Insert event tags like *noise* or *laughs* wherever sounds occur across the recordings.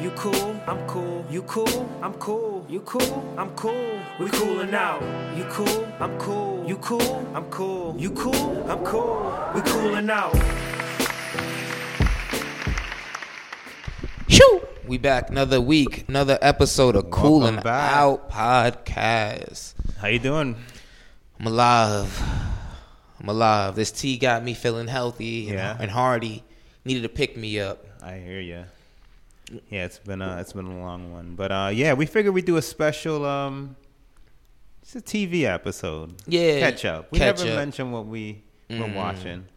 You cool, I'm cool. You cool, I'm cool. You cool, I'm cool. We coolin' out. You cool, I'm cool. You cool, I'm cool. You cool, I'm cool. We coolin' out. We back another week, another episode of Cooling back. Out Podcast. How you doing? I'm alive. I'm alive. This tea got me feeling healthy and, Yeah. and hearty. Needed to pick me up. I hear you. Yeah, it's been a it's been a long one, but uh, yeah, we figured we'd do a special. Um, it's a TV episode. Yeah, catch up. We catch never up. Mm. mentioned what we were watching. *laughs*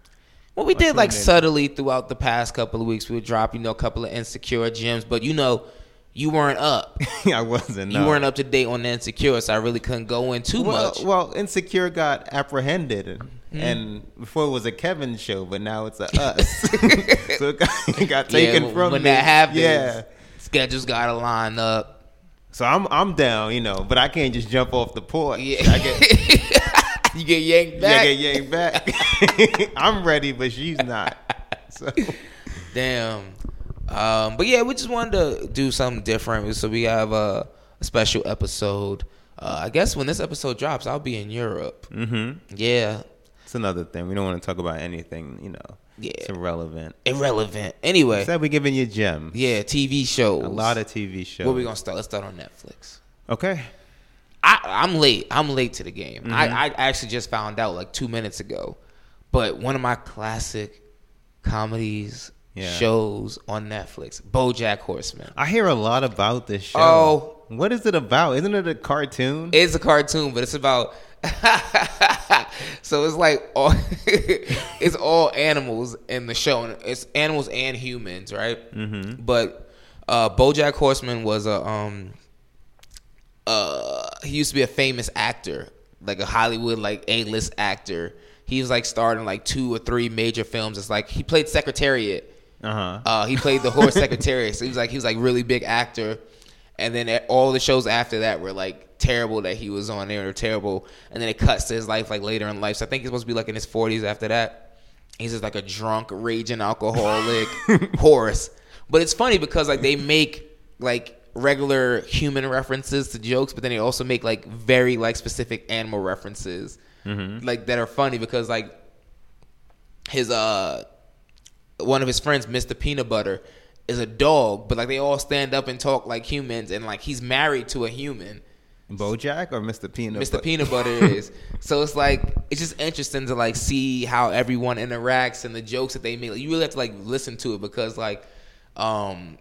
Well, we did we like did. subtly throughout the past couple of weeks. We would drop, you know, a couple of insecure gems, but you know, you weren't *laughs* up. I wasn't. You no. weren't up to date on the insecure, so I really couldn't go in too Well, much. Mm. well, Insecure got apprehended, and, and before it was a Kevin show, but now it's a *laughs* us. *laughs* so it got, it got Yeah, taken when- from when me. that happens. Yeah. Schedules gotta line up. So I'm I'm down, you know, but I can't just jump off the porch. Yeah. I get You get yanked Yeah, back. get yanked back. *laughs* I'm ready, but she's not. So Damn. Um, but yeah, we just wanted to do something different. So we have a, a special episode. Uh, I guess when this episode drops, I'll be in Europe. Mm-hmm. Yeah. it's another thing. We don't want to talk about anything, you know. Yeah. It's irrelevant. Irrelevant. Anyway. Instead, we're giving you gems. Yeah, TV shows. A lot of TV shows. Where we gonna start? Let's start on Netflix. Okay. I, I'm late. I'm late to the game. Mm-hmm. I, I actually just found out like two minutes ago. But one of my classic comedies Yeah. shows on Netflix, BoJack Horseman. I hear a lot about this show. Oh. What is it about? Isn't it a cartoon? It's a cartoon, but it's about. *laughs* so it's like all *laughs* it's all animals in the show. and It's animals and humans, right? Mm-hmm. But uh, BoJack Horseman was a um, uh, he used to be a famous actor, like a Hollywood like A list actor. He was like starred in like two or three major films. It's like he played Secretariat. uh-huh. Uh, he played the horse secretary, so he was like he was like really big actor. And then at- all the shows after that were like terrible that he was on. They were terrible. And then it cuts to his life like later in life. So I think he's supposed to be like in his forties after that. He's just like a drunk, raging alcoholic *laughs* horse. But it's funny because like they make like regular human references to jokes, but then they also make like very like specific animal references, like that are funny because like his uh one of his friends, Mr. Peanut Butter, is a dog, but like they all stand up and talk like humans, and like he's married to a human. Bojack or Mr. Peanut? Mr. Butter? Peanut Butter *laughs* is. So it's like it's just interesting to like see how everyone interacts and the jokes that they make. Like, you really have to like listen to it because like um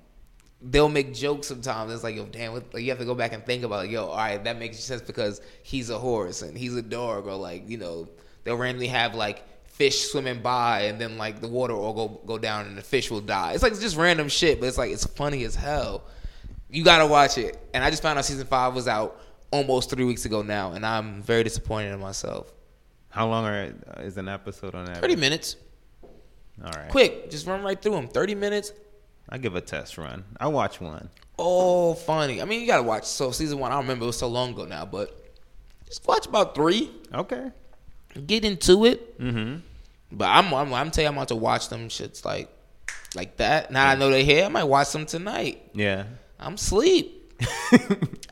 they'll make jokes sometimes. It's like yo, damn, what, like, you have to go back and think about like, yo, all right, that makes sense because he's a horse and he's a dog, or like you know they'll randomly have like fish swimming by and then like the water will go go down and the fish will die. It's like it's just random shit, but it's like it's funny as hell. You gotta watch it. And I just found out season five was out almost three weeks ago now, and I'm very disappointed in myself. How long are, uh, is an episode on that? Thirty minutes, All right. quick, just run right through them. Thirty minutes, I give a test run. I watch one. all Oh, funny. I mean, you gotta watch. So season one, I don't remember it was so long ago now, but just watch about three, Okay. get into it. Mm-hmm. But I'm I'm I'm telling you, I'm about to watch them shits like like that. Now I know they here. I might watch them tonight. Yeah. I'm sleep.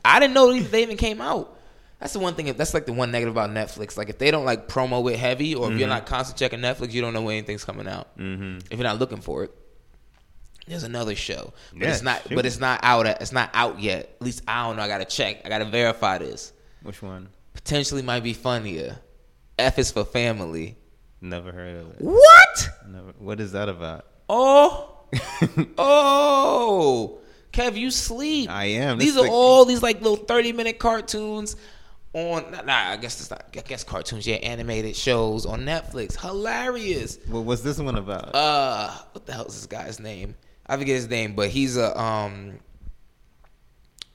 I didn't know they even came out. That's the one thing. That's like the one negative about Netflix. Like if they don't like promo it heavy, or if you're not constant checking Netflix, you don't know when anything's coming out. Mm-hmm. If you're not looking for it, there's another show, but Yeah, it's not. shoot. But it's not out. At, it's not out yet. At least I don't know. I gotta check. I gotta verify this. Which one? Potentially might be funnier. F is for family. Never heard of it. What? Never. What is that about? Oh, *laughs* oh, Kev, you sleep. I am. These This are thing- all these like little thirty minute cartoons on. Nah, nah, I guess it's not. I guess cartoons. Yeah, animated shows on Netflix. Hilarious. What was this one about? Uh, what the hell is this guy's name? I forget his name, but he's a um.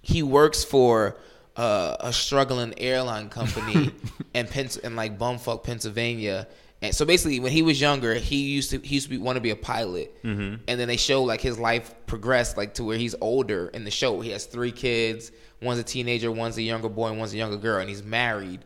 He works for uh, a struggling airline company in Pens- in like bumfuck Pennsylvania. And so basically, when he was younger, he used to he used to be, want to be a pilot, and then they show like his life progressed like to where he's older in the show. He has three kids. One's a teenager, one's a younger boy, and one's a younger girl, and he's married.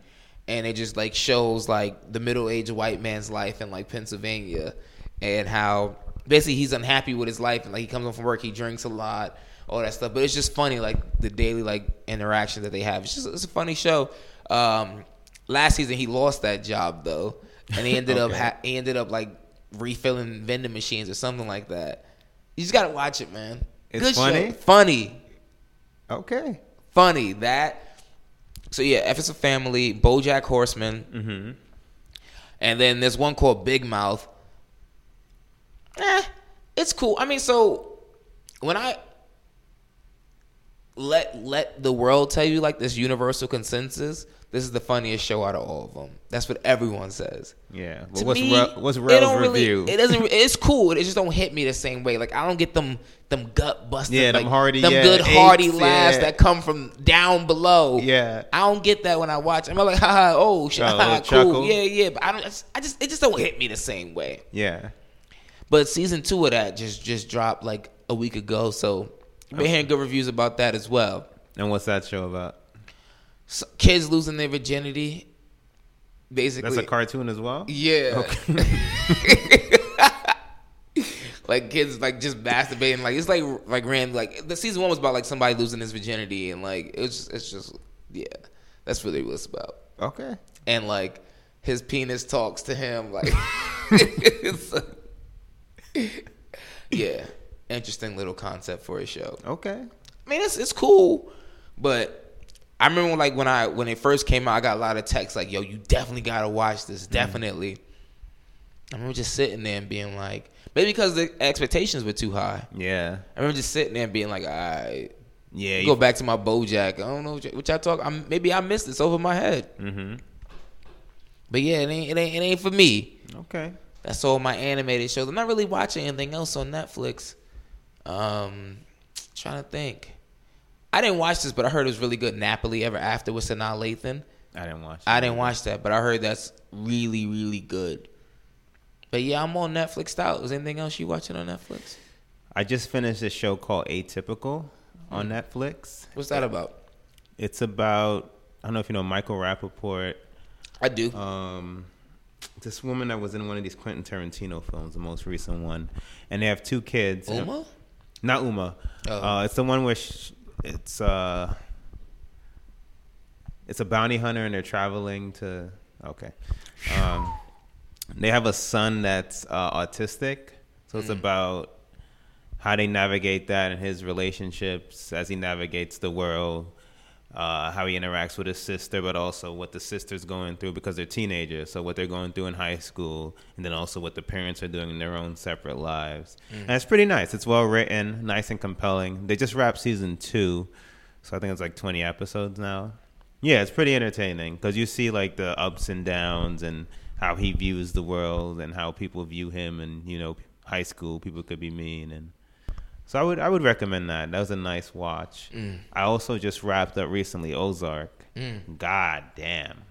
And it just like shows like the middle aged white man's life in like Pennsylvania, and how basically he's unhappy with his life, and like he comes home from work, he drinks a lot, all that stuff. But it's just funny, like the daily like interaction that they have. It's just it's a funny show. Um, last season he lost that job though, and *laughs* he ended up Okay. ha- he ended up like refilling vending machines or something like that. You just gotta watch it, man. It's Good show. funny? funny, okay. funny that. So yeah, F is a family. BoJack Horseman, mm-hmm. and then there's one called Big Mouth. Eh, it's cool. I mean, so when I let let the world tell you like this universal consensus, this is the funniest show out of all of them. That's what everyone says. Yeah. Well, To what's me, Re- what's it Rel's don't really- review? it doesn't. It's cool. It just don't hit me the same way. Like I don't get them them gut busting. Yeah, like, them hearty, them yeah, good hearty aches, laughs yeah. that come from down below. Yeah. I don't get that when I watch. I'm like, *laughs* haha, oh, shit, Oh, a haha, little cool, chuckle. yeah, yeah. But I don't. I just, I just, it just don't hit me the same way. yeah. But season two of that just just dropped like a week ago, so been hearing good reviews about that as well. And what's that show about? So, kids losing their virginity, basically. That's a cartoon as well. Yeah. *laughs* like kids like just masturbating like it's like like ran like the season one was about like somebody losing his virginity and like it's just, it's just yeah that's really what it's about Okay. and like his penis talks to him like *laughs* it's yeah interesting little concept for a show Okay. I mean, it's it's cool, but I remember when, like when I when it first came out, I got a lot of texts like, "Yo, you definitely gotta watch Mm. this, definitely." I remember just sitting there and being like, maybe because the expectations were too high. Yeah. I remember just sitting there and being like, "All right." Yeah. Go you- back to my BoJack. I don't know what, y- what y'all talk. I'm, maybe I missed this over my head. Mm-hmm. But yeah, it ain't it ain't it ain't for me. Okay. That's all my animated shows. I'm not really watching anything else on Netflix. Um, trying to think. I didn't watch this, but I heard it was really good. Napoli Ever After with Sanaa Lathan. I didn't watch. I didn't watch that, but I heard that's really, really good. But yeah, I'm on Netflix out. Was anything else you watching on Netflix? I just finished a show called Atypical on Mm-hmm. Netflix. What's that about? It's about I don't know if you know Michael Rappaport. I do. Um, this woman that was in one of these Quentin Tarantino films, the most recent one, and they have two kids. and- Uma? Not Uma. Oh. Uh, it's the one where sh it's uh, it's a bounty hunter and they're traveling to. Okay. Um, they have a son that's uh, autistic, so it's about how they navigate that and his relationships as he navigates the world, uh, how he interacts with his sister, but also what the sister's going through because they're teenagers. So what they're going through in high school, and then also what the parents are doing in their own separate lives. And it's pretty nice. It's well written, nice and compelling. They just wrapped season two, so I think it's like twenty episodes now. Yeah, it's pretty entertaining because you see like the ups and downs and how he views the world and how people view him and you know high school people could be mean and so I would I would recommend that. That was a nice watch. I also just wrapped up recently Ozark. God damn,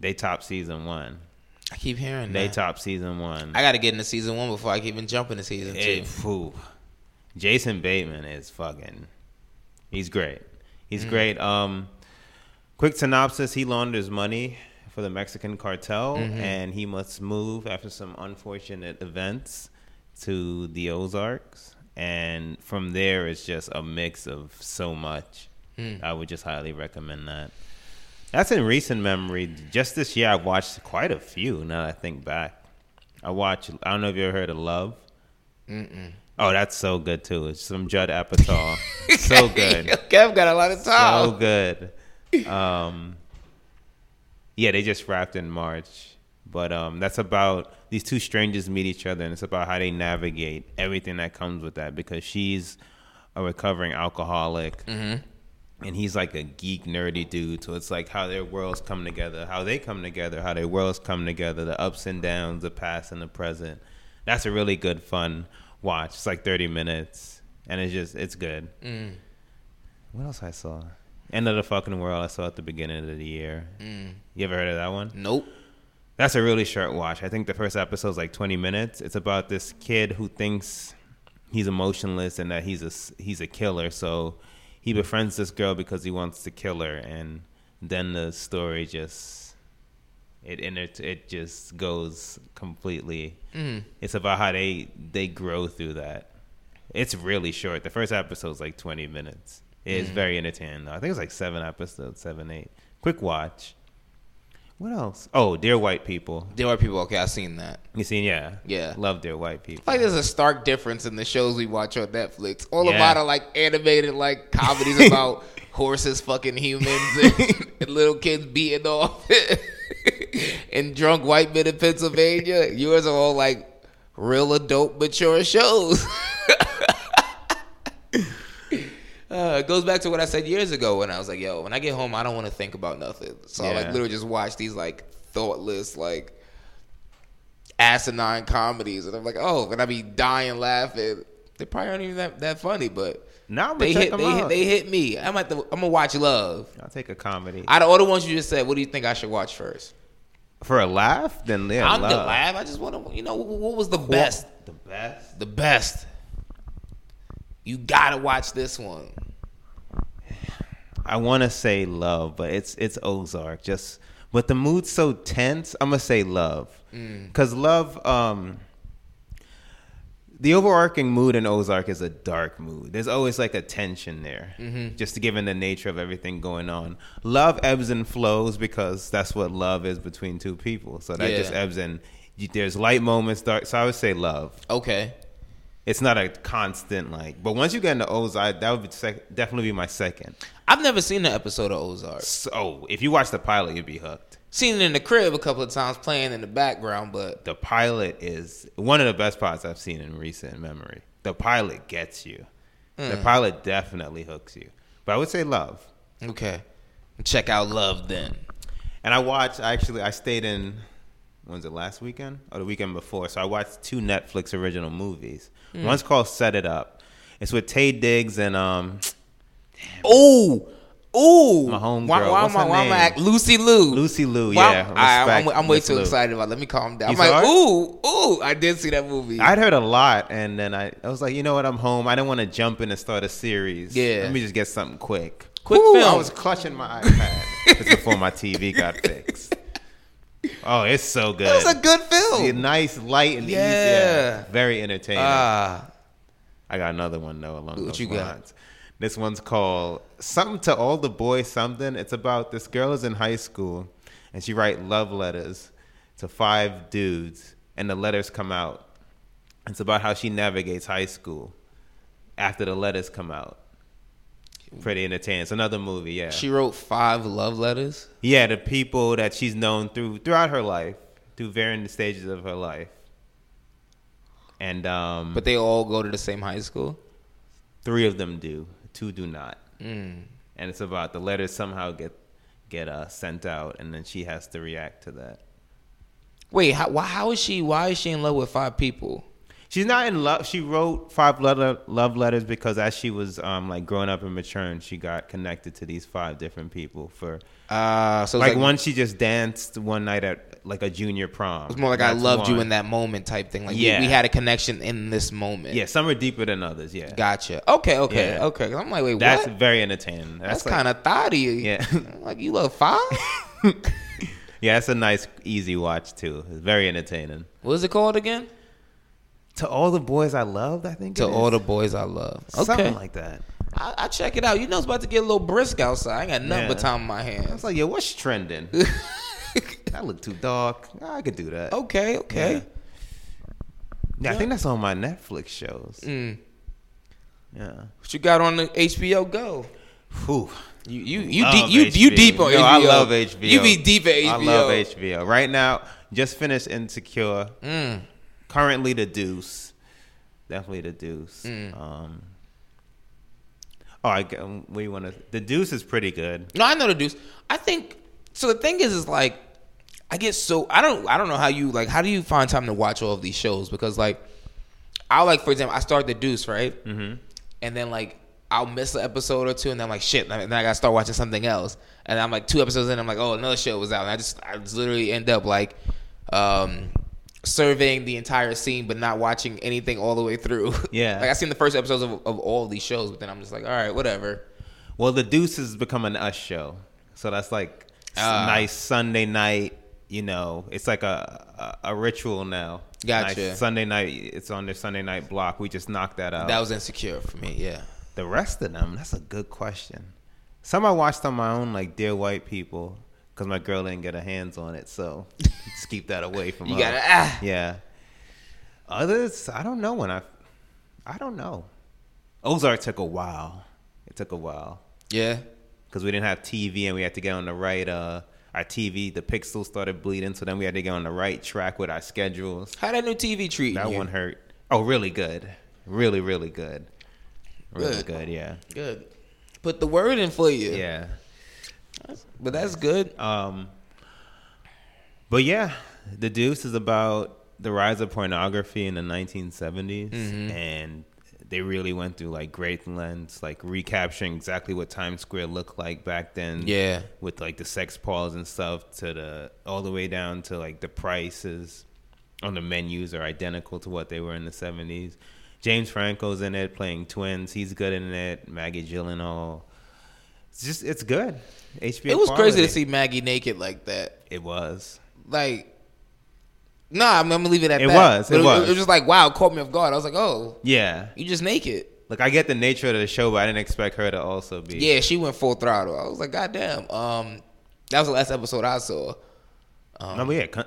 they top season one. I keep hearing They that. top season one. I got to get into season one before I can even jump into season two. *laughs* It- phew. Jason Bateman is fucking. He's great. He's great. Um, quick synopsis: He launders money for the Mexican cartel, and he must move after some unfortunate events to the Ozarks. And from there, it's just a mix of so much. I would just highly recommend that. That's in recent memory. Just this year, I've watched quite a few. Now that I think back, I watch. I don't know if you ever heard of Love. Oh, that's so good too. It's some Judd Apatow. so good, Kev got a lot of time. so good. Um, yeah, they just wrapped in March, but um, that's about these two strangers meet each other, and it's about how they navigate everything that comes with that. Because she's a recovering alcoholic, and he's like a geek nerdy dude so it's like how their worlds come together how they come together how their worlds come together the ups and downs the past and the present that's a really good fun watch it's like 30 minutes and it's just it's good what else i saw end of the fucking world i saw at the beginning of the year you ever heard of that one nope. that's a really short watch. I think the first episode's like 20 minutes. It's about this kid who thinks he's emotionless and that he's a s- he's a killer. So he befriends this girl because he wants to kill her, and then the story just it inter- it just goes completely. It's about how they they grow through that. It's really short. The first episode's like 20 minutes. It's very entertaining. Though. I think it's like seven episodes, seven eight. Quick watch. What else? Oh, Dear White People. There are people. Okay, I've seen that. You seen? Yeah. Yeah. Love Dear White People. Like there's a stark difference in the shows we watch on Netflix. All Yeah. of mine are like animated, like *laughs* comedies about horses fucking humans and, and little kids beating off *laughs* and drunk white men in Pennsylvania. Yours are all like real adult, mature shows. *laughs* Uh, it goes back to what I said years ago when I was like, "Yo, when I get home, I don't want to think about nothing." So I like Yeah. literally just watch these like thoughtless, like asinine comedies, and I'm like, "Oh," and I be dying laughing. They probably aren't even that, that funny, but Nah, but they check hit 'em they, hit out. they hit me. I'm at the I'm gonna watch Love. I'll take a comedy Out of all the ones you just said, what do you think I should watch first? for a laugh. Then yeah, I'm love. the laugh. I just want to, you know, wh- what was the best? The best. The best. You gotta watch this one. I want to say love, but it's it's Ozark. Just but the mood's so tense. I'm gonna say love because love. Um, the overarching mood in Ozark is a dark mood. There's always like a tension there, just given the nature of everything going on. Love ebbs and flows because that's what love is between two people. So that Yeah. just ebbs and you, there's light moments, dark. So I would say love. Okay. It's not a constant like. But once you get into Ozark, that would be sec- definitely be my second. I've never seen an episode of Ozark. So if you watch the pilot, you'd be hooked. Seen it in the crib a couple of times playing in the background, but The pilot is one of the best pilots I've seen in recent memory. The pilot gets you. The Hmm. pilot definitely hooks you. But I would say love. okay. Check out Love then. And I watched actually I stayed in when was it last weekend or the weekend before? So I watched two Netflix original movies. Hmm. One's called Set It Up. It's with Tay Diggs and um Ooh, ooh. My homegirl. Why, why What's am I? her Why am I name? act- Lucy Lou. Lucy Liu, Why- yeah, I, I'm, respect, I'm way Miss too Lou. excited about. it. Let me calm down. You I'm like, ooh, saw ooh. I did see that movie. I'd heard a lot, and then I, I was like, you know what? I'm home. I didn't want to jump in and start a series. Yeah. Let me just get something quick. Quick film. I was clutching my iPad. *laughs* it's before my TV got fixed. Oh, it's so good. It was a good Yeah, film. nice, light, and Yeah. easy. Yeah. Very entertaining. Ah, I got another one though along What those you got? lines. This one's called "Something to All the Boys." Something. It's about this girl is in high school, and she write love letters to five dudes, and the letters come out. It's about how she navigates high school after the letters come out. Pretty entertaining. It's another movie. Yeah, she wrote five love letters. yeah. The people that she's known through throughout her life, through varying stages of her life, and um, But they all go to the same high school. three of them do two do not Mm. and it's about the letters somehow get get uh, sent out and then she has to react to that Wait, how, why, how is she? Why is she in love with five people? she's not in love she wrote five letter, love letters because as she was um, like growing up and maturing she got connected to these five different people for Uh, so it's like, like one she just danced one night at like a junior prom It's more like I loved you in that moment type thing. Like we- Yeah. we, had a connection in this moment. yeah some are deeper than others yeah Gotcha. Okay, okay, Yeah. okay. 'Cause I'm like, wait, that's what? very entertaining That's, that's, like- kind *laughs* of thotty. Yeah. I'm like you love five? *laughs* yeah that's a nice easy watch too it's very entertaining what is it called again? to all the boys I loved I think To it all is. the boys I love. Okay. Something like that. I, I check it out. You know it's about to get a little brisk outside. I ain't got nothing Yeah. but time on my hands. It's like, yo, what's *laughs* trending? that look too dark. I could do that. Okay, okay. Yeah. yeah, I think that's on my Netflix shows. Mm. Yeah. What you got on the HBO Go? Whew. You you you Love deep you, you HBO. deep on Yo, HBO. I love HBO. You be deep at HBO. I love HBO. Right now, just finished Insecure. Mm. Currently, The Deuce. Definitely The Deuce. Mm. Um, oh, I g- um, what do you want to? The Deuce is pretty good. No, I know the dudes. I think so. The thing is, is like I get so I don't I don't know how you like how do you find time to watch all of these shows because like I like for example I start the Deuce right, mm-hmm. and then like I'll miss an episode or two and then I'm like shit and then I gotta start watching something else and I'm like two episodes in I'm like oh another show was out and I just I just literally end up like um surveying the entire scene but not watching anything all the way through *laughs* Yeah. like I seen the first episodes of of all these shows but then I'm just like all right whatever Well, The Deuce has become an us show, so that's like s- Ah. nice Sunday night. You know, it's like a a, a ritual now. Gotcha. Nice Sunday night. It's on their Sunday night block. We just knocked that out. that was insecure for me yeah. The rest of them, that's a good question. Some I watched on my own, like Dear White People, because my girl didn't get her hands on *laughs* it, so just keep that away from You her. gotta, ah. Yeah. Others, I don't know when I, I don't know. Ozark took a while. It took a while Yeah. because we didn't have TV and we had to get on the right. Uh, our TV, the pixels started bleeding, so then we had to get on the right track with our schedules. How that new TV treat That you? one hurt. Oh, really good. Really, really good. Really Good. good yeah. Good. Put the word in for you. Yeah. But that's good. Um, but yeah, The Deuce is about the rise of pornography in the 1970s, Mm-hmm. and they really went through like great lengths, like recapturing exactly what Times Square looked like back then. Yeah. with like the sex pause and stuff to the all the way down to like the prices on the menus are identical to what they were in the 70s. James Franco's in it playing twins. He's good in it. Maggie Gyllenhaal. It's just it's good. HBO. it was crazy quality. to see Maggie naked like that. It was. Like, nah, I'm, I'm gonna leave it at It that. was, But it was. It was just like, wow, it caught me off guard. I was like, oh, Yeah. you just naked. Like I get the nature of the show, but I didn't expect her to also be. Yeah, she went full throttle. I was like, goddamn. Um, that was the last episode I saw. No, but Oh, yeah. Con-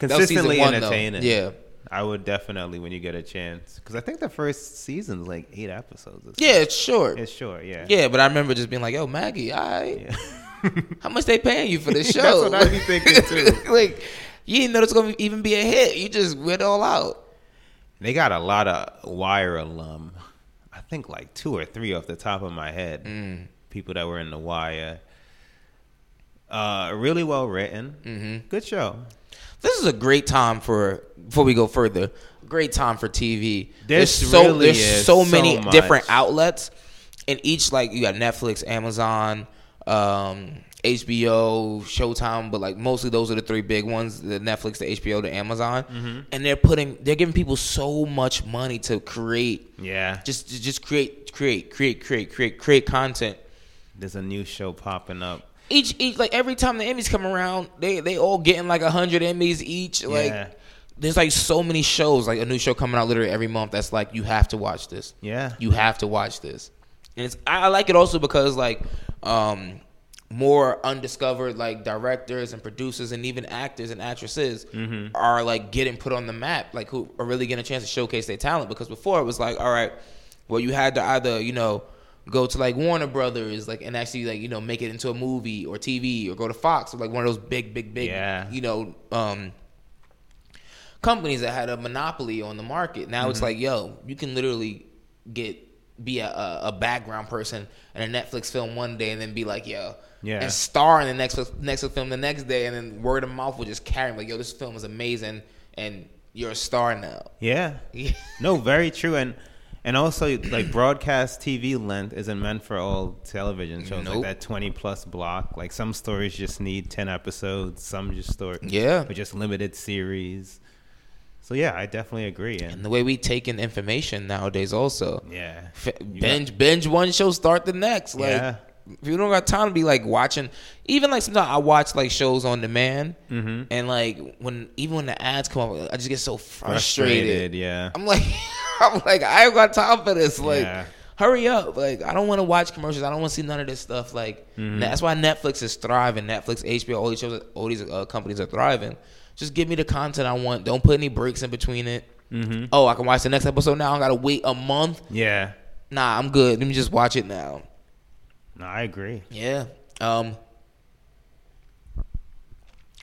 That was season consistently one, though. entertaining. Yeah. I would definitely when you get a chance because I think the first season's like eight episodes. or something. Yeah, it's short. It's short. Yeah. yeah, but I remember just being like, yo, Maggie, all right. How much they paying you for this show? *laughs* That's what I be thinking, *laughs* too. like, you didn't know it's gonna even be a hit. You just went all out. *laughs* They got a lot of Wire alum. I think like two or three off the top of my head. People that were in the Wire. Uh, really well written. Mm-hmm. Good show. This is a great time for before we go further. Great time for TV. This there's so really there's is so so many much. different outlets, and each like you got Netflix, Amazon, um, HBO, Showtime, but like mostly those are the three big ones: the Netflix, the HBO, the Amazon. Mm-hmm. And they're putting they're giving people so much money to create. Yeah. Just just create create create create create create content. There's a new show popping up. each each like every time the Emmys come around, they they all getting like hundred Emmys each. Like Yeah. there's like so many shows, like a new show coming out literally every month. That's like you have to watch this. Yeah. you have to watch this. And it's I, I like it also because like um more undiscovered like directors and producers and even actors and actresses Mm-hmm. are like getting put on the map like who are really getting a chance to showcase their talent because before it was like all right well you had to either you know go to like Warner Brothers like and actually like you know make it into a movie or TV or go to Fox or like one of those big big big Yeah. you know um companies that had a monopoly on the market. Now Mm-hmm. it's like, yo, you can literally get be a, a, a background person in a Netflix film one day and then be like, yo, Yeah. and star in the next next film the next day, and then word of mouth will just carry 'em, like, yo, this film is amazing, and you're a star now. *laughs* Yeah. no, very true. And and also like broadcast TV length isn't meant for all television shows. Nope. Like that twenty plus block. Like some stories just need ten episodes. Some just story. Yeah. Or just limited series. So yeah, I definitely agree. And, And the way we take in information nowadays, also, yeah, F- You binge binge one show, start the next. Like Yeah. if you don't got time to be like watching, even like sometimes I watch like shows on demand, Mm-hmm. and like when even when the ads come up, I just get so got frustrated. Yeah. *laughs* I'm like, I'm like, I ain't got time for this. Like, Yeah. hurry up. Like, I don't want to watch commercials. I don't want to see none of this stuff. Like, Mm-hmm. that's why Netflix is thriving. Netflix, HBO, all these shows, all these uh, companies are thriving. Just give me the content I want. Don't put any breaks in between it. Mm-hmm. Oh, I can watch the next episode now. I don't gotta wait a month. Yeah. Nah, I'm good. Let me just watch it now. No, I agree. Yeah. Um.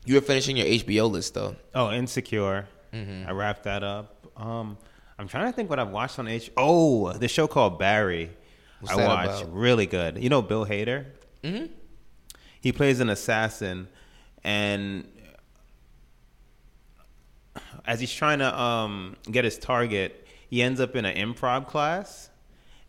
You were finishing your HBO list though. Oh, Insecure. Mm-hmm. I wrapped that up. Um, I'm trying to think what I've watched on H. Oh, the show called Barry. What's I that watched about? really good. You know Bill Hader. Mm-hmm. He plays an assassin, and as he's trying to um, get his target, he ends up in an improv class.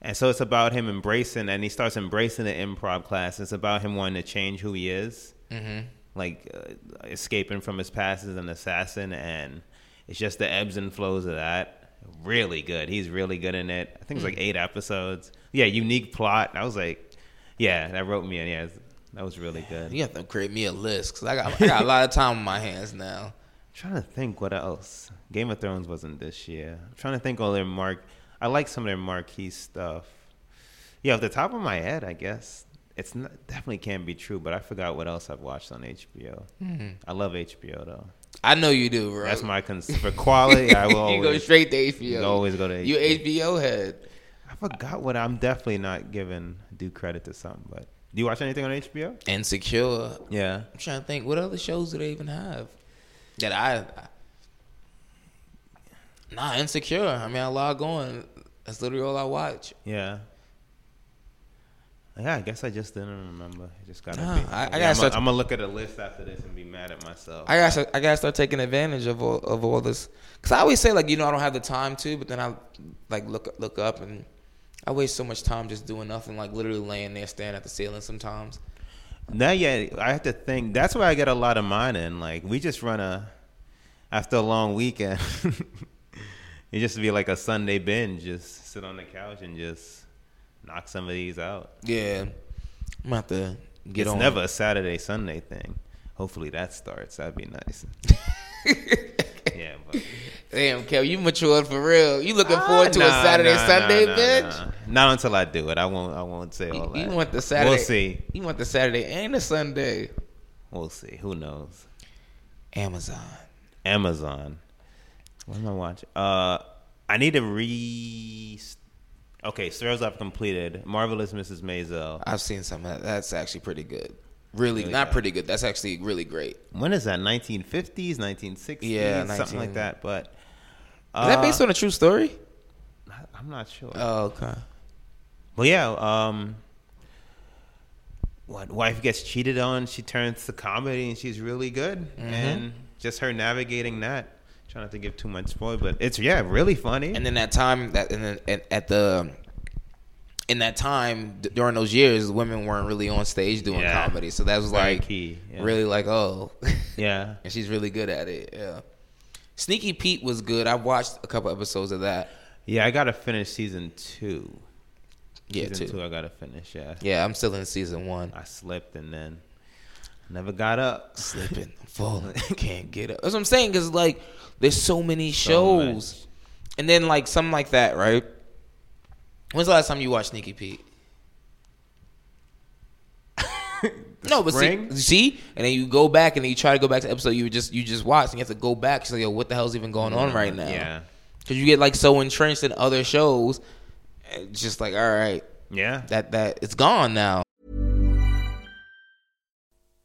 And so it's about him embracing, and he starts embracing the improv class. It's about him wanting to change who he is, mm-hmm. like uh, escaping from his past as an assassin, and it's just the ebbs and flows of that. Really good. He's really good in it. I think it's like eight episodes. Yeah, unique plot. I was like, yeah, that wrote me in. Yeah, that was really good. You have to create me a list because I got, I got a lot of time on my hands now. trying to think what else. Game of Thrones wasn't this year. I'm trying to think all their mark. I like some of their marquee stuff. Yeah, off the top of my head, I guess it's not, definitely can't be true. But I forgot what else I've watched on HBO. I love HBO though. I know you do, bro. That's my cons- *laughs* for quality. I will you go always. straight to HBO. You always go to You HBO. HBO head. I forgot what I'm definitely not giving due credit to something. But do you watch anything on HBO? Insecure. Yeah. I'm trying to think. What other shows do they even have that I? I- nah, Insecure. I mean, I log on. That's literally all I watch. Yeah. Yeah, I guess I just didn't remember. I just gotta Nah, be. I- I yeah, gotta I'm, start- am gonna look at a list after this and be mad at myself. I gotta, I gotta start taking advantage of all of all this. Cause I always say like, you know, I don't have the time to, but then I like look look up and I waste so much time just doing nothing, like literally laying there staring at the ceiling sometimes. Not yet. I have to think. That's where I get a lot of mine in. Like we just run a after a long weekend. *laughs* it just be like a Sunday binge. Just sit on the couch and just knock some of these out. Yeah, I'm gonna have to get it's on. never a Saturday Sunday thing. Hopefully that starts. That'd be *laughs* nice. yeah. But. Damn, Kev, you matured for real. You looking Ah, forward to a nah, Saturday nah, Sunday nah, nah, bitch? nah. Not until I do it. I won't. I won't say all You- that. You want the Saturday? We'll see. You want the Saturday and the Sunday? We'll see. Who knows? Amazon. Amazon. What am I watching? Uh, I need to re. Okay, Serials I've completed. Marvelous Mrs. Maisel. I've seen some. of that. That's actually pretty good. Really, Really not good. pretty good. That's actually really great. Is When is that? 1950s, 1960s, Yeah, something 19 like that. But that Uh, based on a true story? I'm not sure. Oh, okay. Well, yeah. Um, what wife gets cheated on? She turns to comedy, and she's really good. Mm-hmm. And just her navigating that. Trying not to give too much spoil, but it's yeah, really funny. And then that time that and then at, at the in that time d- during those years, women weren't really on stage doing Yeah. comedy, so that was Very like key, yeah. really like oh, *laughs* yeah, and she's really good at it. Yeah. Sneaky Pete was good. I watched a couple episodes of that. yeah. I gotta finish season two. Yeah, season too. two, I gotta finish. Yeah, Yeah, I'm still in season one. I slept and then never got up. *laughs* slipping, I'm falling, can't get up. That's what I'm saying. Cause like, there's so many shows, and then like something like that, right? When's the last time you watched Sneaky *laughs* Pete? no, but see, spring? see, and then you go back and then you try to go back to the episode you were just you just watched, and you have to go back. So yo, what the hell's even going on right now? Mm, Yeah, because you get like so entrenched in other shows, it's just like all right, yeah. that that it's gone now.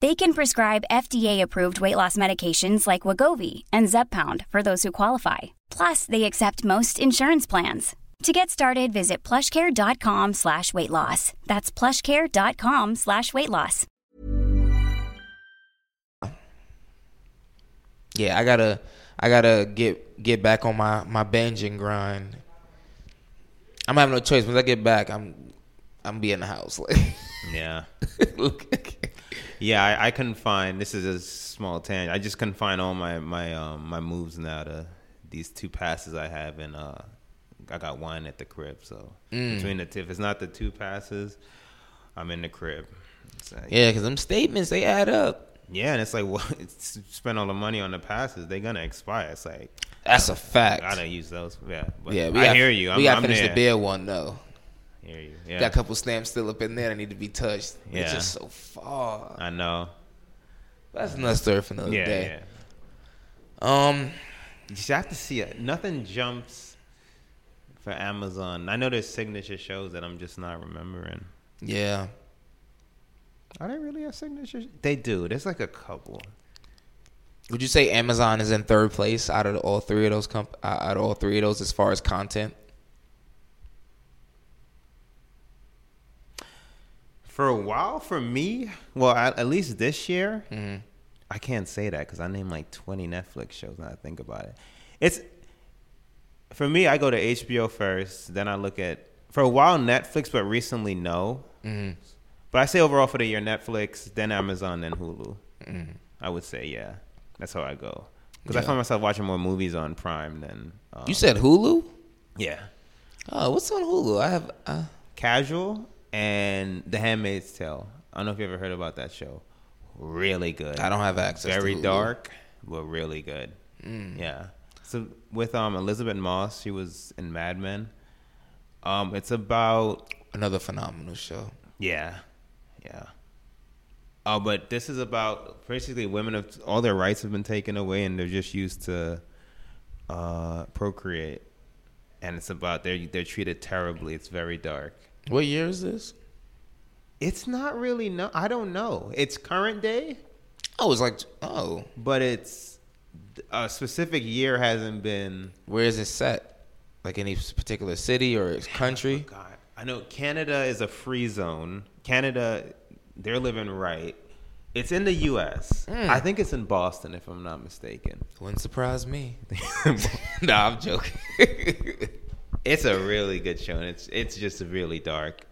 They can prescribe FDA-approved weight loss medications like Wagovi and Zepbound for those who qualify. Plus, they accept most insurance plans. To get started, visit plushcare.com slash weight loss. That's plushcare.com slash weight loss. Yeah, I gotta, I gotta get get back on my my binge and grind. I'm having no choice. Once I get back, I'm I'm be in the house. *laughs* Like, Yeah. look, Yeah, I, I couldn't find. This is a small tangent. I just couldn't find all my my um, my moves now to these two passes I have, and uh, I got one at the crib. So Mm. between the two, if it's not the two passes, I'm in the crib. So, yeah, because them statements they add up. yeah, and it's like, *laughs* well, it's, spend all the money on the passes. They're gonna expire. It's like That's a fact. I don't use those. Yeah, but yeah, I we gotta- hear you. I'm, we gotta I'm finish there. the beer one though. Hear you. Yeah, Got a couple stamps still up in there that need to be touched. Yeah. It's just so far. I know. That's another story for another Yeah, day. yeah. Um, You just have to see it. Nothing jumps for Amazon. I know there's signature shows that I'm just not remembering. yeah. Are they really a signature? sh- They do. There's like a couple. Would you say Amazon is in third place out of all three of those comp- uh, out of all three of those as far as content? For a while, for me, well, at, at least this year, I can't say that because I named like 20 Netflix shows now I think about it. It's for me, I go to HBO first, then I look at for a while Netflix, but recently no. But I say overall for the year Netflix, then Amazon, then Hulu. I would say yeah, that's how I go because I find myself watching more movies on Prime than um, You said Hulu? yeah, Oh, what's on Hulu? I have uh, Casual and The Handmaid's Tale. I don't know if you ever heard about that show. Really good. I don't have access. very to Hulu. Mm. dark, but really good. Yeah. So with um Elizabeth Moss, she was in Mad Men. Um, it's about Another phenomenal show. yeah, yeah. Oh, but this is about basically women of all their rights have been taken away and they're just used to uh, procreate, and it's about they're they're treated terribly. It's very dark. What year is this? It's not really no. I don't know. It's current day. Oh, it's like oh, but it's a specific year hasn't been. where is it set? Like any particular city or country? oh God, I know Canada is a free zone. Canada, they're living right. It's in the U.S. I think it's in Boston, if I'm not mistaken. Wouldn't surprise me. *laughs* nah, I'm joking. It's a really good show, and it's it's just really dark.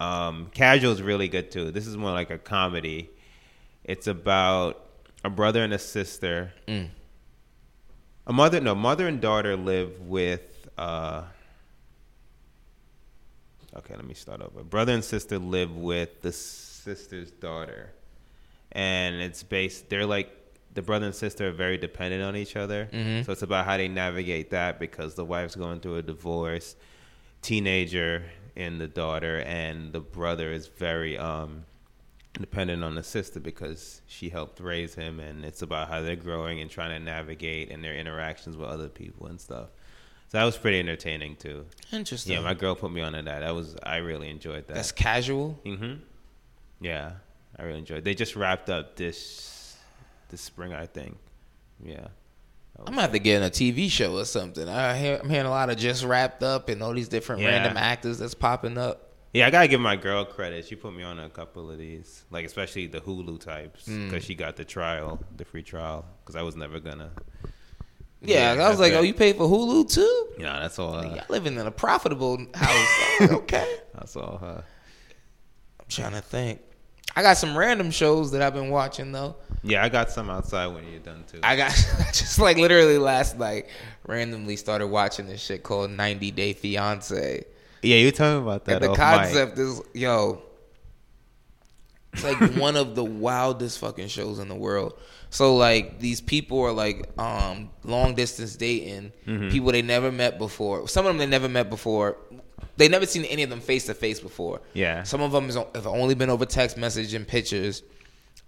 Um, Casual's really good too. This is more like a comedy. It's about a brother and a sister. A mother, no, mother and daughter live with uh, Okay, let me start over. Brother and sister live with the sister's daughter, and it's based. They're like the brother and sister are very dependent on each other. Mhm. So it's about how they navigate that because the wife's going through a divorce, teenager and the daughter, and the brother is very um, dependent on the sister because she helped raise him, and it's about how they're growing and trying to navigate and their interactions with other people and stuff. So that was pretty entertaining too. Interesting. Yeah, my girl put me onto that. That was I really enjoyed that. That's casual. hmm Yeah, I really enjoyed. They just wrapped up this this spring, I think. Yeah. I'm gonna have to get in a TV show or something. I hear, I'm hearing a lot of just wrapped up and all these different Yeah. random actors that's popping up. Yeah, I gotta give my girl credit. She put me on a couple of these, like especially the Hulu types, Mm. because she got the trial, the free trial, because I was never gonna. Yeah, I was that's like, it. oh, you pay for Hulu too? Nah, that's all. Y'all Uh, living in a profitable *laughs* house. okay. that's all uh, her. I'm trying to think. I got some random shows that I've been watching though. Yeah, I got some outside when you're done too. I got *laughs* just like literally last night randomly started watching this shit called 90 Day Fiance. yeah, you told me about that. And the off mic. concept is yo, it's like one of the wildest fucking shows in the world. So like these people are like um long distance dating Mhm. people they never met before. Some of them they never met before. They never seen any of them face to face before. Yeah. Some of them have only been over text message and pictures.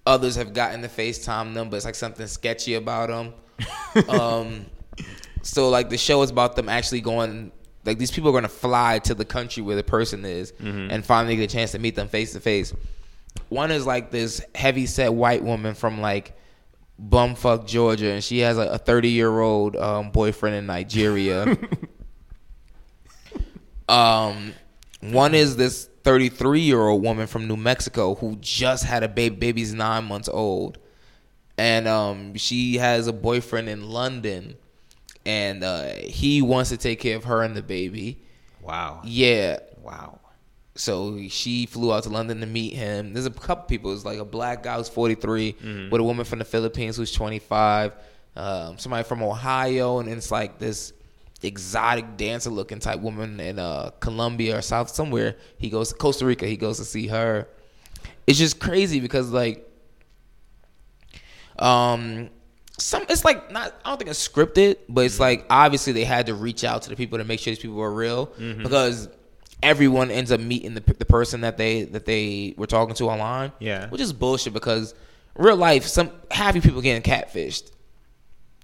Others have gotten the FaceTime number. It's like something sketchy about them. um, so like the show is about them actually going. Like these people are going to fly to the country where the person is, Mhm. and finally get a chance to meet them face to face. One is like this heavy set white woman from like bumfuck Georgia, and she has like a thirty year old um, boyfriend in Nigeria. Um, one is this 33 year old woman from New Mexico who just had a baby. Baby's nine months old, and um, she has a boyfriend in London, and uh, he wants to take care of her and the baby. Wow. Yeah. Wow. So she flew out to London to meet him. There's a couple people. It's like a black guy who's 43 Mhm. with a woman from the Philippines who's 25, um, somebody from Ohio, and it's like this exotic dancer looking type woman in uh, Colombia or South somewhere. He goes to Costa Rica. He goes to see her. It's just crazy because like um some it's like not i don't think it's scripted but it's like obviously they had to reach out to the people to make sure these people were real Mhm. because everyone ends up meeting the, the person that they that they were talking to online Yeah. which is bullshit because real life some half you people getting catfished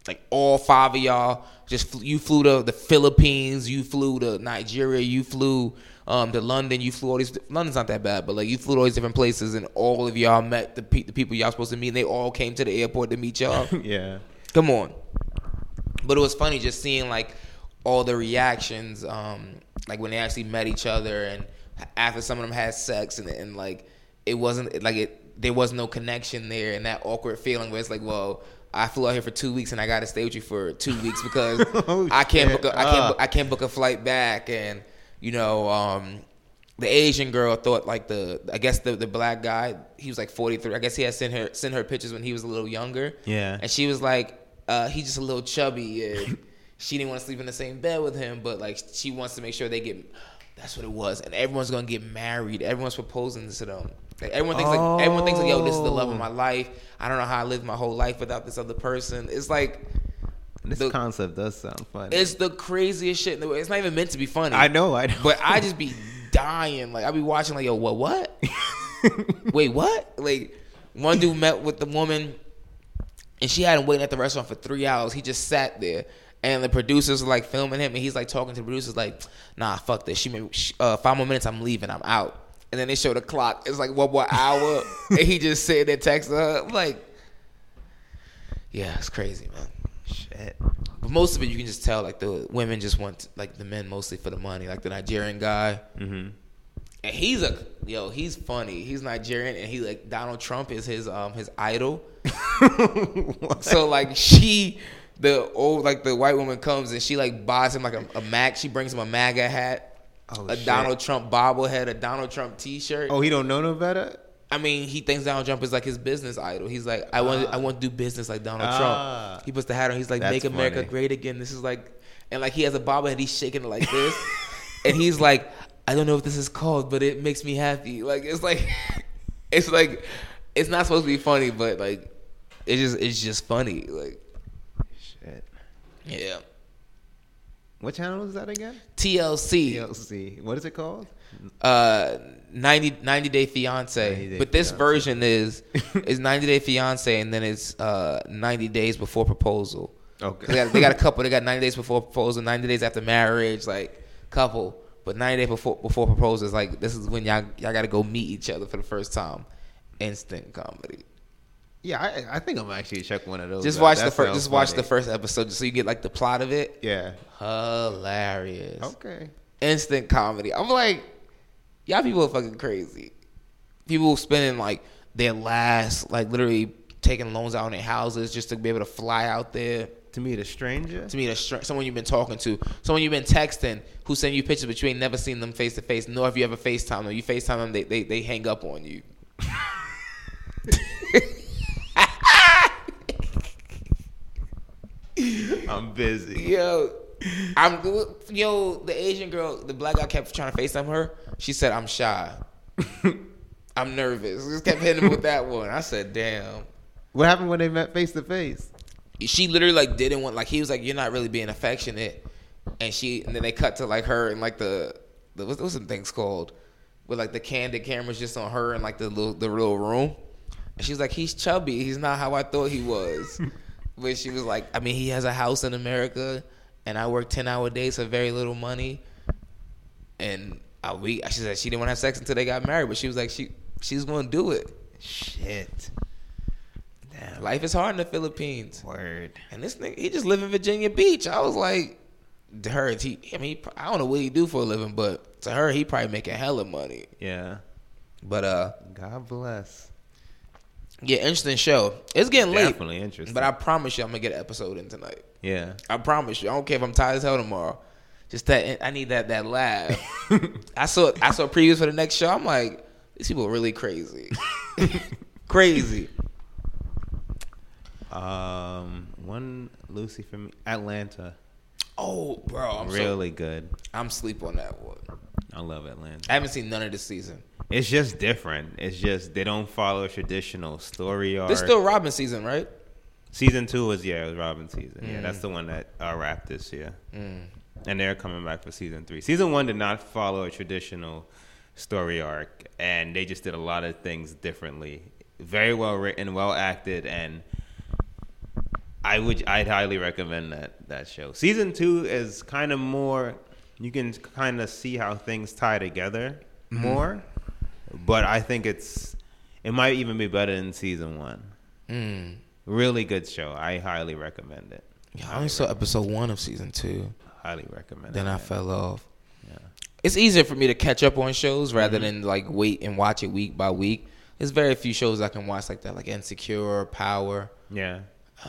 like all five of y'all just fl- you flew to the Philippines, you flew to Nigeria, you flew um, to London, you flew all these. London's not that bad, but like you flew to all these different places, and all of y'all met the, pe- the people y'all supposed to meet. And they all came to the airport to meet y'all. yeah. Come on. But it was funny just seeing like all the reactions, um, like when they actually met each other, and after some of them had sex, and, and like it wasn't like it there was no connection there, and that awkward feeling where it's like, well, I flew out here for two weeks, and I got to stay with you for two weeks because *laughs* Oh, I can't shit. book a, I can't Ah. book, I can't book a flight back, and you know. um the Asian girl thought like the I guess the, the black guy he was like forty three I guess he had sent her sent her pictures when he was a little younger Yeah. and she was like, uh, he's just a little chubby. And *laughs* she didn't want to sleep in the same bed with him, but like she wants to make sure they get. That's what it was. And everyone's gonna get married. Everyone's proposing to them. Like, everyone thinks like everyone thinks like, yo, this is the love of my life. I don't know how I lived my whole life without this other person. It's like This The- concept does sound funny. it's the craziest shit in the world. It's not even meant to be funny. I know. I know. But I just be dying. Like I be watching like, yo, what *laughs* what? Wait, what? Like one dude met with the woman and she had him waiting at the restaurant for three hours. He just sat there. And the producers were like filming him and he's like talking to the producers like, nah, fuck this. She made sh- uh, five more minutes, I'm leaving, I'm out. And then they show the clock. It's like one more *laughs* hour. and he just sitting there texting her. I'm like, yeah, it's crazy, man. Shit. But most of it, you can just tell, like the women just want, like the men mostly for the money. Like the Nigerian guy, Mm-hmm. and he's a yo, he's funny. He's Nigerian, and he like Donald Trump is his um his *laughs* idol. So like she, the old like the white woman comes and she like buys him like a, a Mac. She brings him a MAGA hat, Oh, a shit. Donald Trump bobblehead, a Donald Trump T-shirt. Oh, he don't know no better. I mean, he thinks Donald Trump is like his business idol. He's like, I want, I want to do business like Donald Ah. Trump. He puts the hat on. He's like, That's make America funny. great again. This is like, *laughs* and like he has a bobblehead. He's shaking it like this, and he's like, I don't know if this is called, but it makes me happy. Like it's like *laughs* it's like it's not supposed to be funny, but like it's just it's just funny. Like Shit. yeah. What channel is that again? TLC. TLC. What is it called? Uh 90, 90 Day Fiance. 90 Day but this Fiancé. version is is 90 Day Fiance and then it's uh 90 days before proposal. Okay. They got, they got a couple. They got 90 days before proposal, 90 days after marriage, like couple. But 90 days before before proposal is like this is when y'all y'all got to go meet each other for the first time. Instant comedy. Yeah, I, I think I'm actually check one of those. Just out. watch Oh, That the first. sounds Just watch funny. the first episode, just so you get like the plot of it. Yeah. Hilarious. Okay. Instant comedy. I'm like, y'all people are fucking crazy. People spending like their last, like literally taking loans out on their houses just to be able to fly out there To meet a stranger. to meet a str- someone you've been talking to, someone you've been texting, who send you pictures, but you ain't never seen them face to face. Nor have you ever Facetime them. You Facetime them, they they, they hang up on you. I'm busy. Yo, I'm yo. The Asian girl, the black guy kept trying to Facetime her. She said, "I'm shy. I'm nervous." Just kept hitting him with that one. I said, "Damn." What happened when they met face to face? She literally like didn't want like he was like, "You're not really being affectionate," and she and then they cut to like her and like the the what's, what's some things called with like the candid cameras just on her and like the little the little room. And she's like, "He's chubby. He's not how I thought he was." but she was like, "I mean, he has a house in America, and I work ten hour days for very little money." and I, we she said she didn't want to have sex until they got married, but she was like she she's gonna do it. Shit. Damn. Life is hard in the Philippines, Word. and this nigga he just live in Virginia Beach. I was like, to her, he, I mean, he, pro- I don't know what he do for a living, but to her, he probably making hella money. Yeah. But uh, God bless. yeah, interesting show. It's getting late, Definitely interesting. but I promise you, I'm gonna get an episode in tonight. yeah. I promise you. I don't care if I'm tired as hell tomorrow. Just that I need that that laugh. *laughs* I saw I saw previews for the next show. I'm like, these people are really *laughs* crazy, crazy. Um, one Lucy for me. Atlanta. Oh, bro, I'm really really good. I'm sleep on that one. I love Atlanta. I haven't seen none of this season. It's just different. It's just they don't follow a traditional story arc. This still Robin season, right? season two was yeah, it was Robin season. Yeah, that's the one that uh, wrapped this year. And they're coming back for season three. Season one did not follow a traditional story arc, and they just did a lot of things differently. Very well written, well acted, and I would I'd highly recommend that that show. Season two is kind of more you can kind of see how things tie together more, but I think it's it might even be better than season one. Really good show. I highly recommend it. Yeah, I only saw episode one of season two. Highly recommend Then it. I fell off. Mm-hmm. It's easier for me to catch up on shows rather than like wait and watch it week by week. There's very few shows I can watch like that, like Insecure, Power. yeah.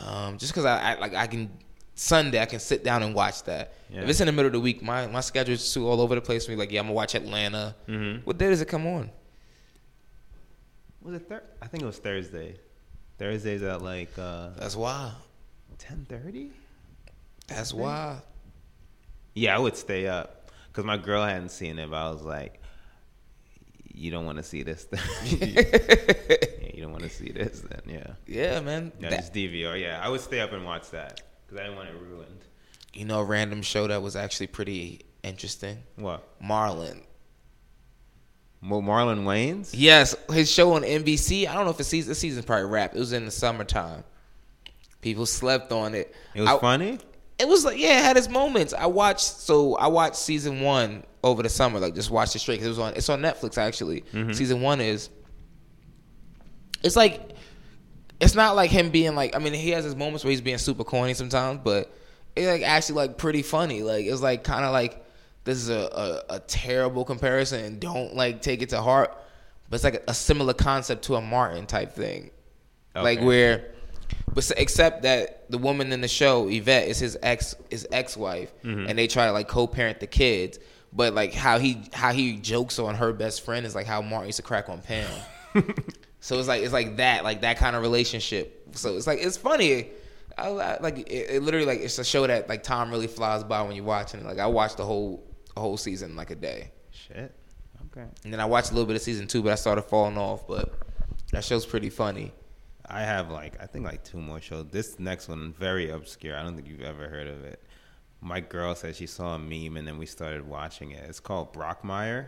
Um, just because I, I like I can Sunday I can sit down and watch that. Yeah. If it's in the middle of the week, my my schedule's too all over the place. Me like, yeah, I'm gonna watch Atlanta. What day does it come on? Was it thir- I think it was Thursday. Thursdays at like uh That's why. ten thirty? That's why. *laughs* Yeah, I would stay up because my girl hadn't seen it, but I was like, "You don't want to see this, then. *laughs* *laughs* yeah, you don't want to see this, then yeah." Yeah, man. Yeah, That- just DVR. Yeah, I would stay up and watch that because I didn't want it ruined. you know, a random show that was actually pretty interesting. What? Marlon. Mo- Marlon Wayans? Yes, his show on NBC. I don't know if it's season. The season's probably wrapped. It was in the summertime. People slept on it. It was I- funny. It was like yeah, it had its moments. I watched so I watched season one over the summer. Like just watched it straight 'cause it was on. It's on Netflix actually. Mm-hmm. Season one is. It's like, it's not like him being like. I mean, he has his moments where he's being super corny sometimes, but it's like actually like pretty funny. Like it's like kind of like this is a, a a terrible comparison and don't like take it to heart. But it's like a similar concept to a Martin type thing like Okay. where but s- except that the woman in the show yvette is his ex his ex-wife and they try to like co-parent the kids but like how he how he jokes on her best friend is like how martin used to crack on pam so it's like it's like that like that kind of relationship so it's like it's funny I, I- like it, it literally like it's a show that like time really flies by when you're watching it like i watched the whole whole season in, like a day Shit. Okay. And then I watched a little bit of season two, but I started falling off. But that show's pretty funny. I have like I think like two more shows. This next one very obscure. I don't think you've ever heard of it. My girl said she saw a meme and then we started watching it. It's called Brockmire.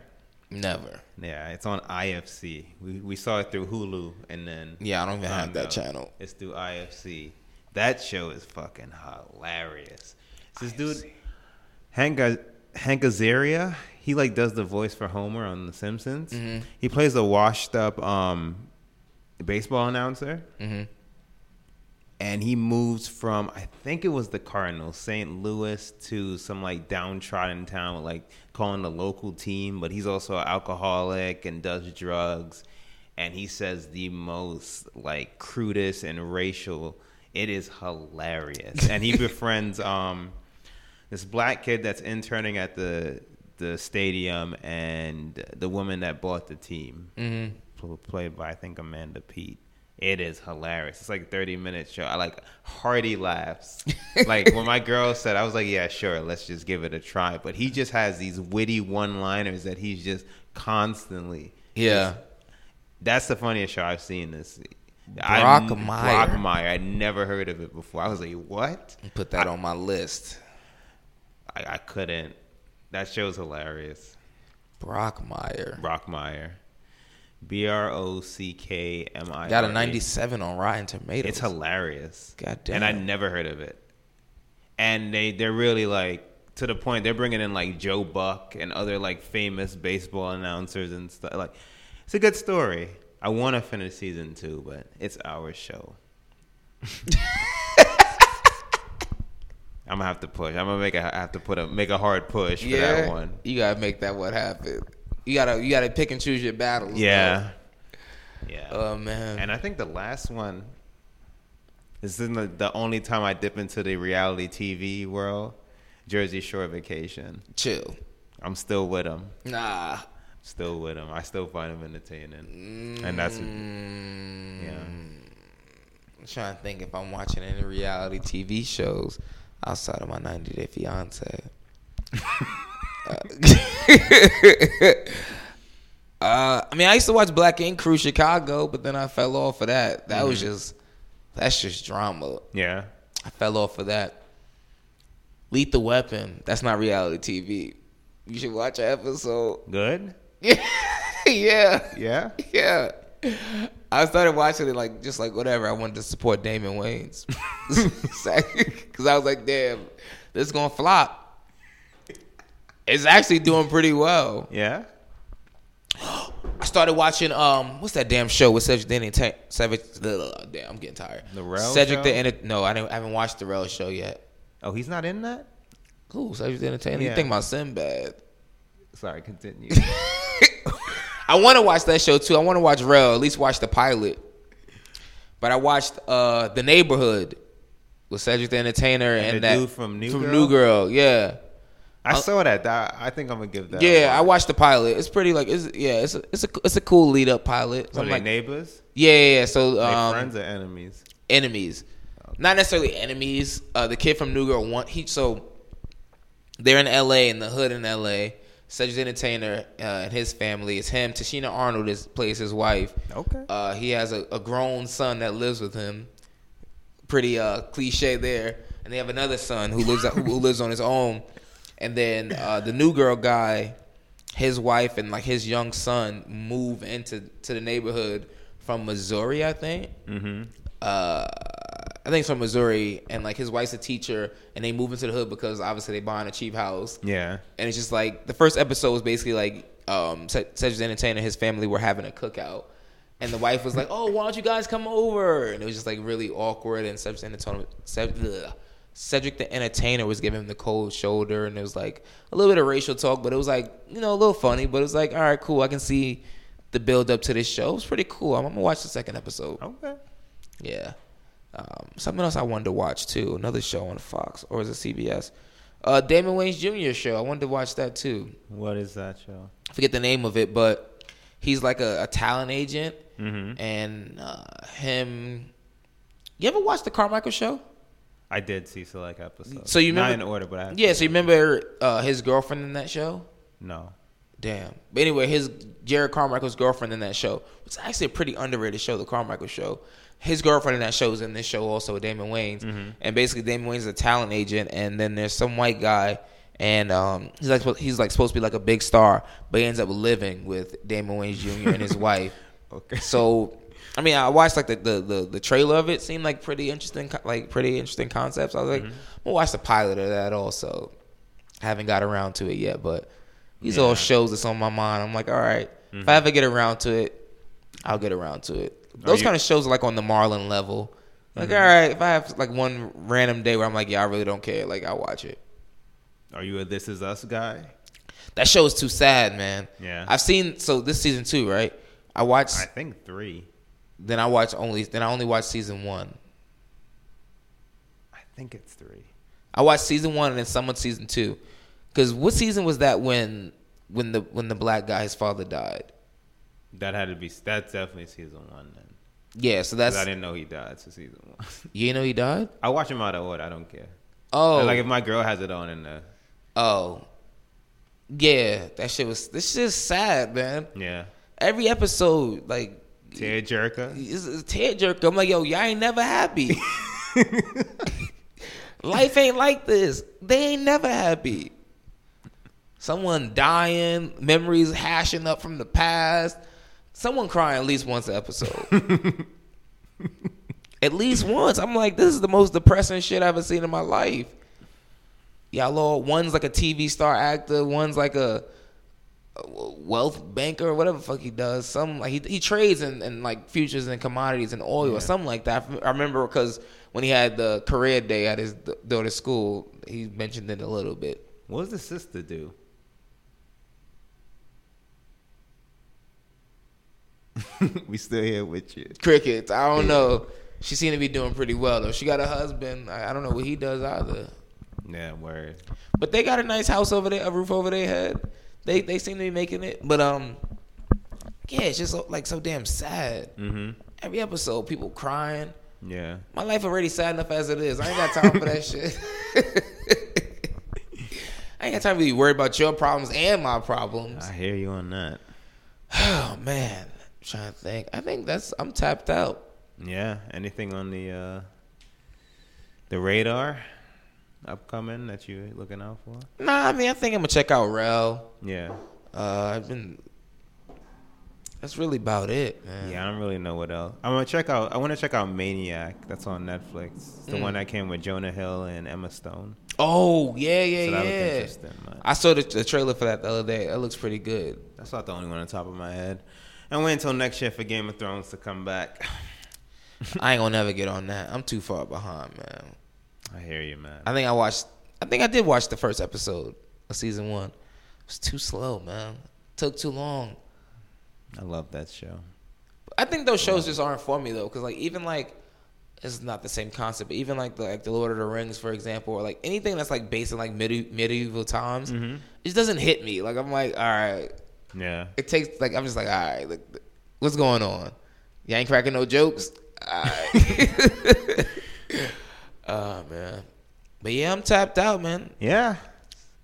Never. Yeah, it's on IFC. We we saw it through Hulu and then Yeah, I don't even have found that out channel. It's through IFC. That show is fucking hilarious. It's this dude Hank Hank Azaria, he like does the voice for Homer on The Simpsons. Mhm. He plays a washed up um, baseball announcer, and he moves from I think it was the Cardinals, St. Louis, to some like downtrodden town, with, like calling the local team. But he's also an alcoholic and does drugs, and he says the most like crudest and racial. It is hilarious, and he befriends um this black kid that's interning at the the stadium and the woman that bought the team Mhm. pl- played by I think Amanda Pete. It is hilarious. It's like a 30 minute show. I like *laughs* hearty laughs. like when my girl said, I was like, yeah, sure, let's just give it a try. But he just has these witty one liners that he's just constantly. Yeah. that's the funniest show I've seen this. Brock I'm- Meyer. Brock Meyer. I'd never heard of it before. I was like, what? Put that on my list. I, I couldn't. That show's hilarious. Brockmire. Brockmeyer. B R O C K M I. E. Got a 97 on Rotten Tomatoes. It's hilarious. God And I damn. never heard of it. And they they're really like to the point they're bringing in like Joe Buck and other like famous baseball announcers and stuff. Like it's a good story. I want to finish season two, but it's our show. I'm gonna have to push. I'm gonna make a have to put a make a hard push for that one. You gotta make that what happen. You gotta you gotta pick and choose your battles. Yeah. Yeah. Oh man. And I think the last one. This isn't the, the only time I dip into the reality TV world. Jersey Shore Vacation. Chill. I'm still with him. Nah. Still with him. I still find him entertaining. And that's Mm. yeah. I'm trying to think if I'm watching any reality TV shows outside of my 90 Day Fiance. uh, *laughs* uh, I mean, I used to watch Black Ink Crew Chicago, but then I fell off of that. That was Mhm. just that's just drama. Yeah. I fell off of that. Lethal Weapon. That's not reality TV. You should watch an episode. *laughs* Good? yeah, Yeah. yeah. I started watching it like just like whatever. I wanted to support Damon Wayans *laughs* because I was like, damn, this is gonna flop. It's actually doing pretty well. Yeah. I started watching um, what's that damn show with Cedric the Entertainer? Savage, damn, I'm getting tired. The Rel Cedric the Show? Enter- No, I, didn't, I haven't watched the Rel show yet. Oh, he's not in that? Cool, Cedric the Entertainer. Yeah. You think about Sinbad? Sorry, *laughs* continue. I want to watch that show too. I want to watch Rel, at least watch the pilot. But I watched uh The Neighborhood with Cedric the Entertainer and, the that dude from New Girl? Yeah, I saw that. That- I think I'm gonna give that. a Uh, yeah. I watch. watched the pilot. It's pretty like it's yeah. It's a, it's a it's a cool lead up pilot. So What I'm are they like, neighbors? yeah, yeah, yeah. So They um, friends or enemies? enemies, not necessarily enemies. Uh, the kid from New Girl one. He so they're in L.A. in the hood in L.A. Cedric the Entertainer uh, and his family. It's him. Tashina Arnold is plays his wife. Okay. Uh, he has a, a grown son that lives with him. Pretty uh, cliche there. And they have another son who lives who lives on his own. And then uh, the new girl guy, his wife and like his young son move into to the neighborhood from Missouri, I think. Mm-hmm. Uh, I think it's from Missouri, and like his wife's a teacher, and they move into the hood because obviously they buying a cheap house Yeah. and it's just like the first episode was basically like um Se- Cedric the Entertainer and his family were having a cookout, and the wife was like, "Oh, why don't you guys come over?" And it was just like really awkward, and Cedric the Entertainer. Ced- ugh. Cedric the Entertainer was giving him the cold shoulder, and it was like a little bit of racial talk, but it was like you know a little funny. But it was like, all right, cool, I can see the build up to this show. It was pretty cool. I'm, I'm gonna watch the second episode. Okay. Yeah. Um, something else I wanted to watch too. Another show on Fox or is it CBS? Uh, Damon Wayne's Jr. show. I wanted to watch that too. What is that show? I forget the name of it, but he's like a, a talent agent, and uh, him. You ever watch the Carmichael show? I did see select episodes. So you remember not in order, but I have yeah. So you remember uh, his girlfriend in that show? no. Damn. But anyway, his Jared Carmichael's girlfriend in that show, it's actually a pretty underrated show, the Carmichael show. His girlfriend in that show is in this show also, Damon Wayans. And basically Damon Wayans is a talent agent and then there's some white guy and um, he's like suppo- he's like supposed to be like a big star, but he ends up living with Damon Wayans Jr. and his wife. Okay. So I mean, I watched like the, the, the, the trailer of it. Seemed like pretty interesting, co- like pretty interesting concepts. I was like, we'll watch the pilot of that also. Haven't got around to it yet, but these all shows that's on my mind. I'm like, all right, if Mm-hmm. I ever get around to it, I'll get around to it. Those you- Mm-hmm. kind of shows are like on the Marlin level. Like, all right, if I have like one random day where I'm like, yeah, I really don't care, like I'll watch it. Are you a This Is Us guy? That show is too sad, man. Yeah. I've seen so this season two, right? I watched I think three. then I watched only then I only watched season one. I think it's three. I watched season one and then someone season two. Cause what season was that when when the when the black guy his father died? That had to be. That's definitely season one then. Yeah, so 'Cause that's I didn't know he died. So season *laughs* one. you know he died. I watch him out of order. I don't care. Oh, Like if my girl has it on and uh, oh, yeah. That shit was this shit is sad, man. yeah, Every episode, like, tear jerker. it's a tear jerk. I'm like, yo, y'all ain't never happy. Life ain't like this. They ain't never happy. Someone dying, memories hashing up from the past. Someone crying at least once an episode. at least once. I'm like, this is the most depressing shit I've ever seen in my life. Y'all all one's like a TV star actor, one's like a wealth banker or whatever the fuck he does. Some like he, he trades in, in like futures and commodities and oil or something like that. I remember because when he had the career day at his da- daughter's school, he mentioned it a little bit. What does the sister do? *laughs* we still here with you. Crickets. I don't know. She seemed to be doing pretty well though. She got a husband. I, I don't know what he does either. Yeah, word. But they got a nice house over there, a roof over their head. They they seem to be making it. But um, yeah, it's just so- like so damn sad. Mm-hmm. Every episode, people crying. Yeah. My life already sad enough as it is. I ain't got time for that shit. I ain't got time to be worried about your problems and my problems. I hear you on that. Oh man, I'm trying to think. I think that's I'm tapped out. Yeah. Anything on the uh the radar upcoming that you looking out for? Nah, I mean I think I'm gonna check out Rel. Yeah. Uh, I've been. That's really about it, man. Yeah, I don't really know what else. I want to check out. I want to check out Maniac. That's on Netflix. It's Mm. the one that came with Jonah Hill and Emma Stone. Oh yeah, yeah, So that looked yeah. interesting, man. I saw the, the trailer for that the other day. That looks pretty good. That's not the only one on top of my head. And wait until next year for Game of Thrones to come back. *sighs* I ain't gonna never get on that. I'm too far behind, man. I hear you, man. I think I watched. I think I did watch the first episode of season one. It was too slow, man. Took too long. I love that show. I think those shows just aren't for me though, because like even like it's not the same concept. But even like the like the Lord of the Rings, for example, or like anything that's like based in like medi- medieval times, it just doesn't hit me. Like I'm like, all right, Yeah. it takes like I'm just like, all right, like what's going on? You ain't cracking no jokes. All *laughs* right. uh man. But yeah, I'm tapped out, man. Yeah.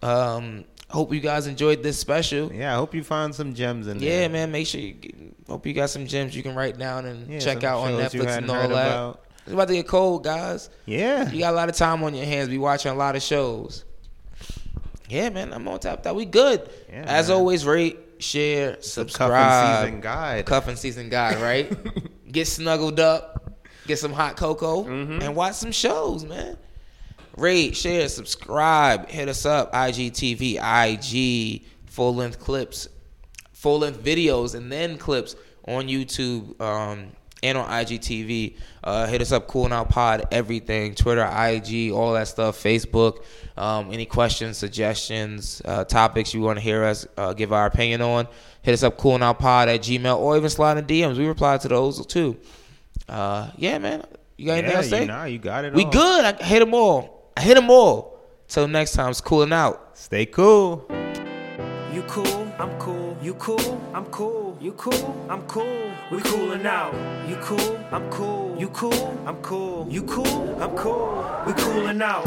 Um, hope you guys enjoyed this special. Yeah, Yeah. I hope you find some gems in there. man. Make sure you get, hope you got some gems you can write down and Yeah, check some out on shows you Netflix and hadn't all that. heard about. It's about to get cold, guys. Yeah. You got a lot of time on your hands. Be watching a lot of shows. Yeah, man. I'm on top of that. We good. Yeah, As man. always, rate, share, Cuff subscribe. and season guide. Cuffing season guy, *laughs* right? get snuggled up, get some hot cocoa, Mm-hmm. and watch some shows, man. Rate, share, subscribe, hit us up, IGTV, IG, full length clips, full length videos, and then clips on YouTube um, and on IGTV. Uh, hit us up, Cool Now Pod, everything, Twitter, IG, all that stuff, Facebook. Um, any questions, suggestions, uh, topics you want to hear us uh, give our opinion on, hit us up, Cool Now Pod at Gmail, or even slide in DMs. We reply to those too. Uh, yeah, man. You got anything Yeah, else to you, say? nah, you got it We all. good. I hit them all. I hit them all. Till next time, it's cooling out. Stay cool. You cool, I'm cool. You cool, I'm cool. You cool, I'm cool. We coolin' out. You cool, I'm cool. You cool, I'm cool. You cool, I'm cool. We coolin' out.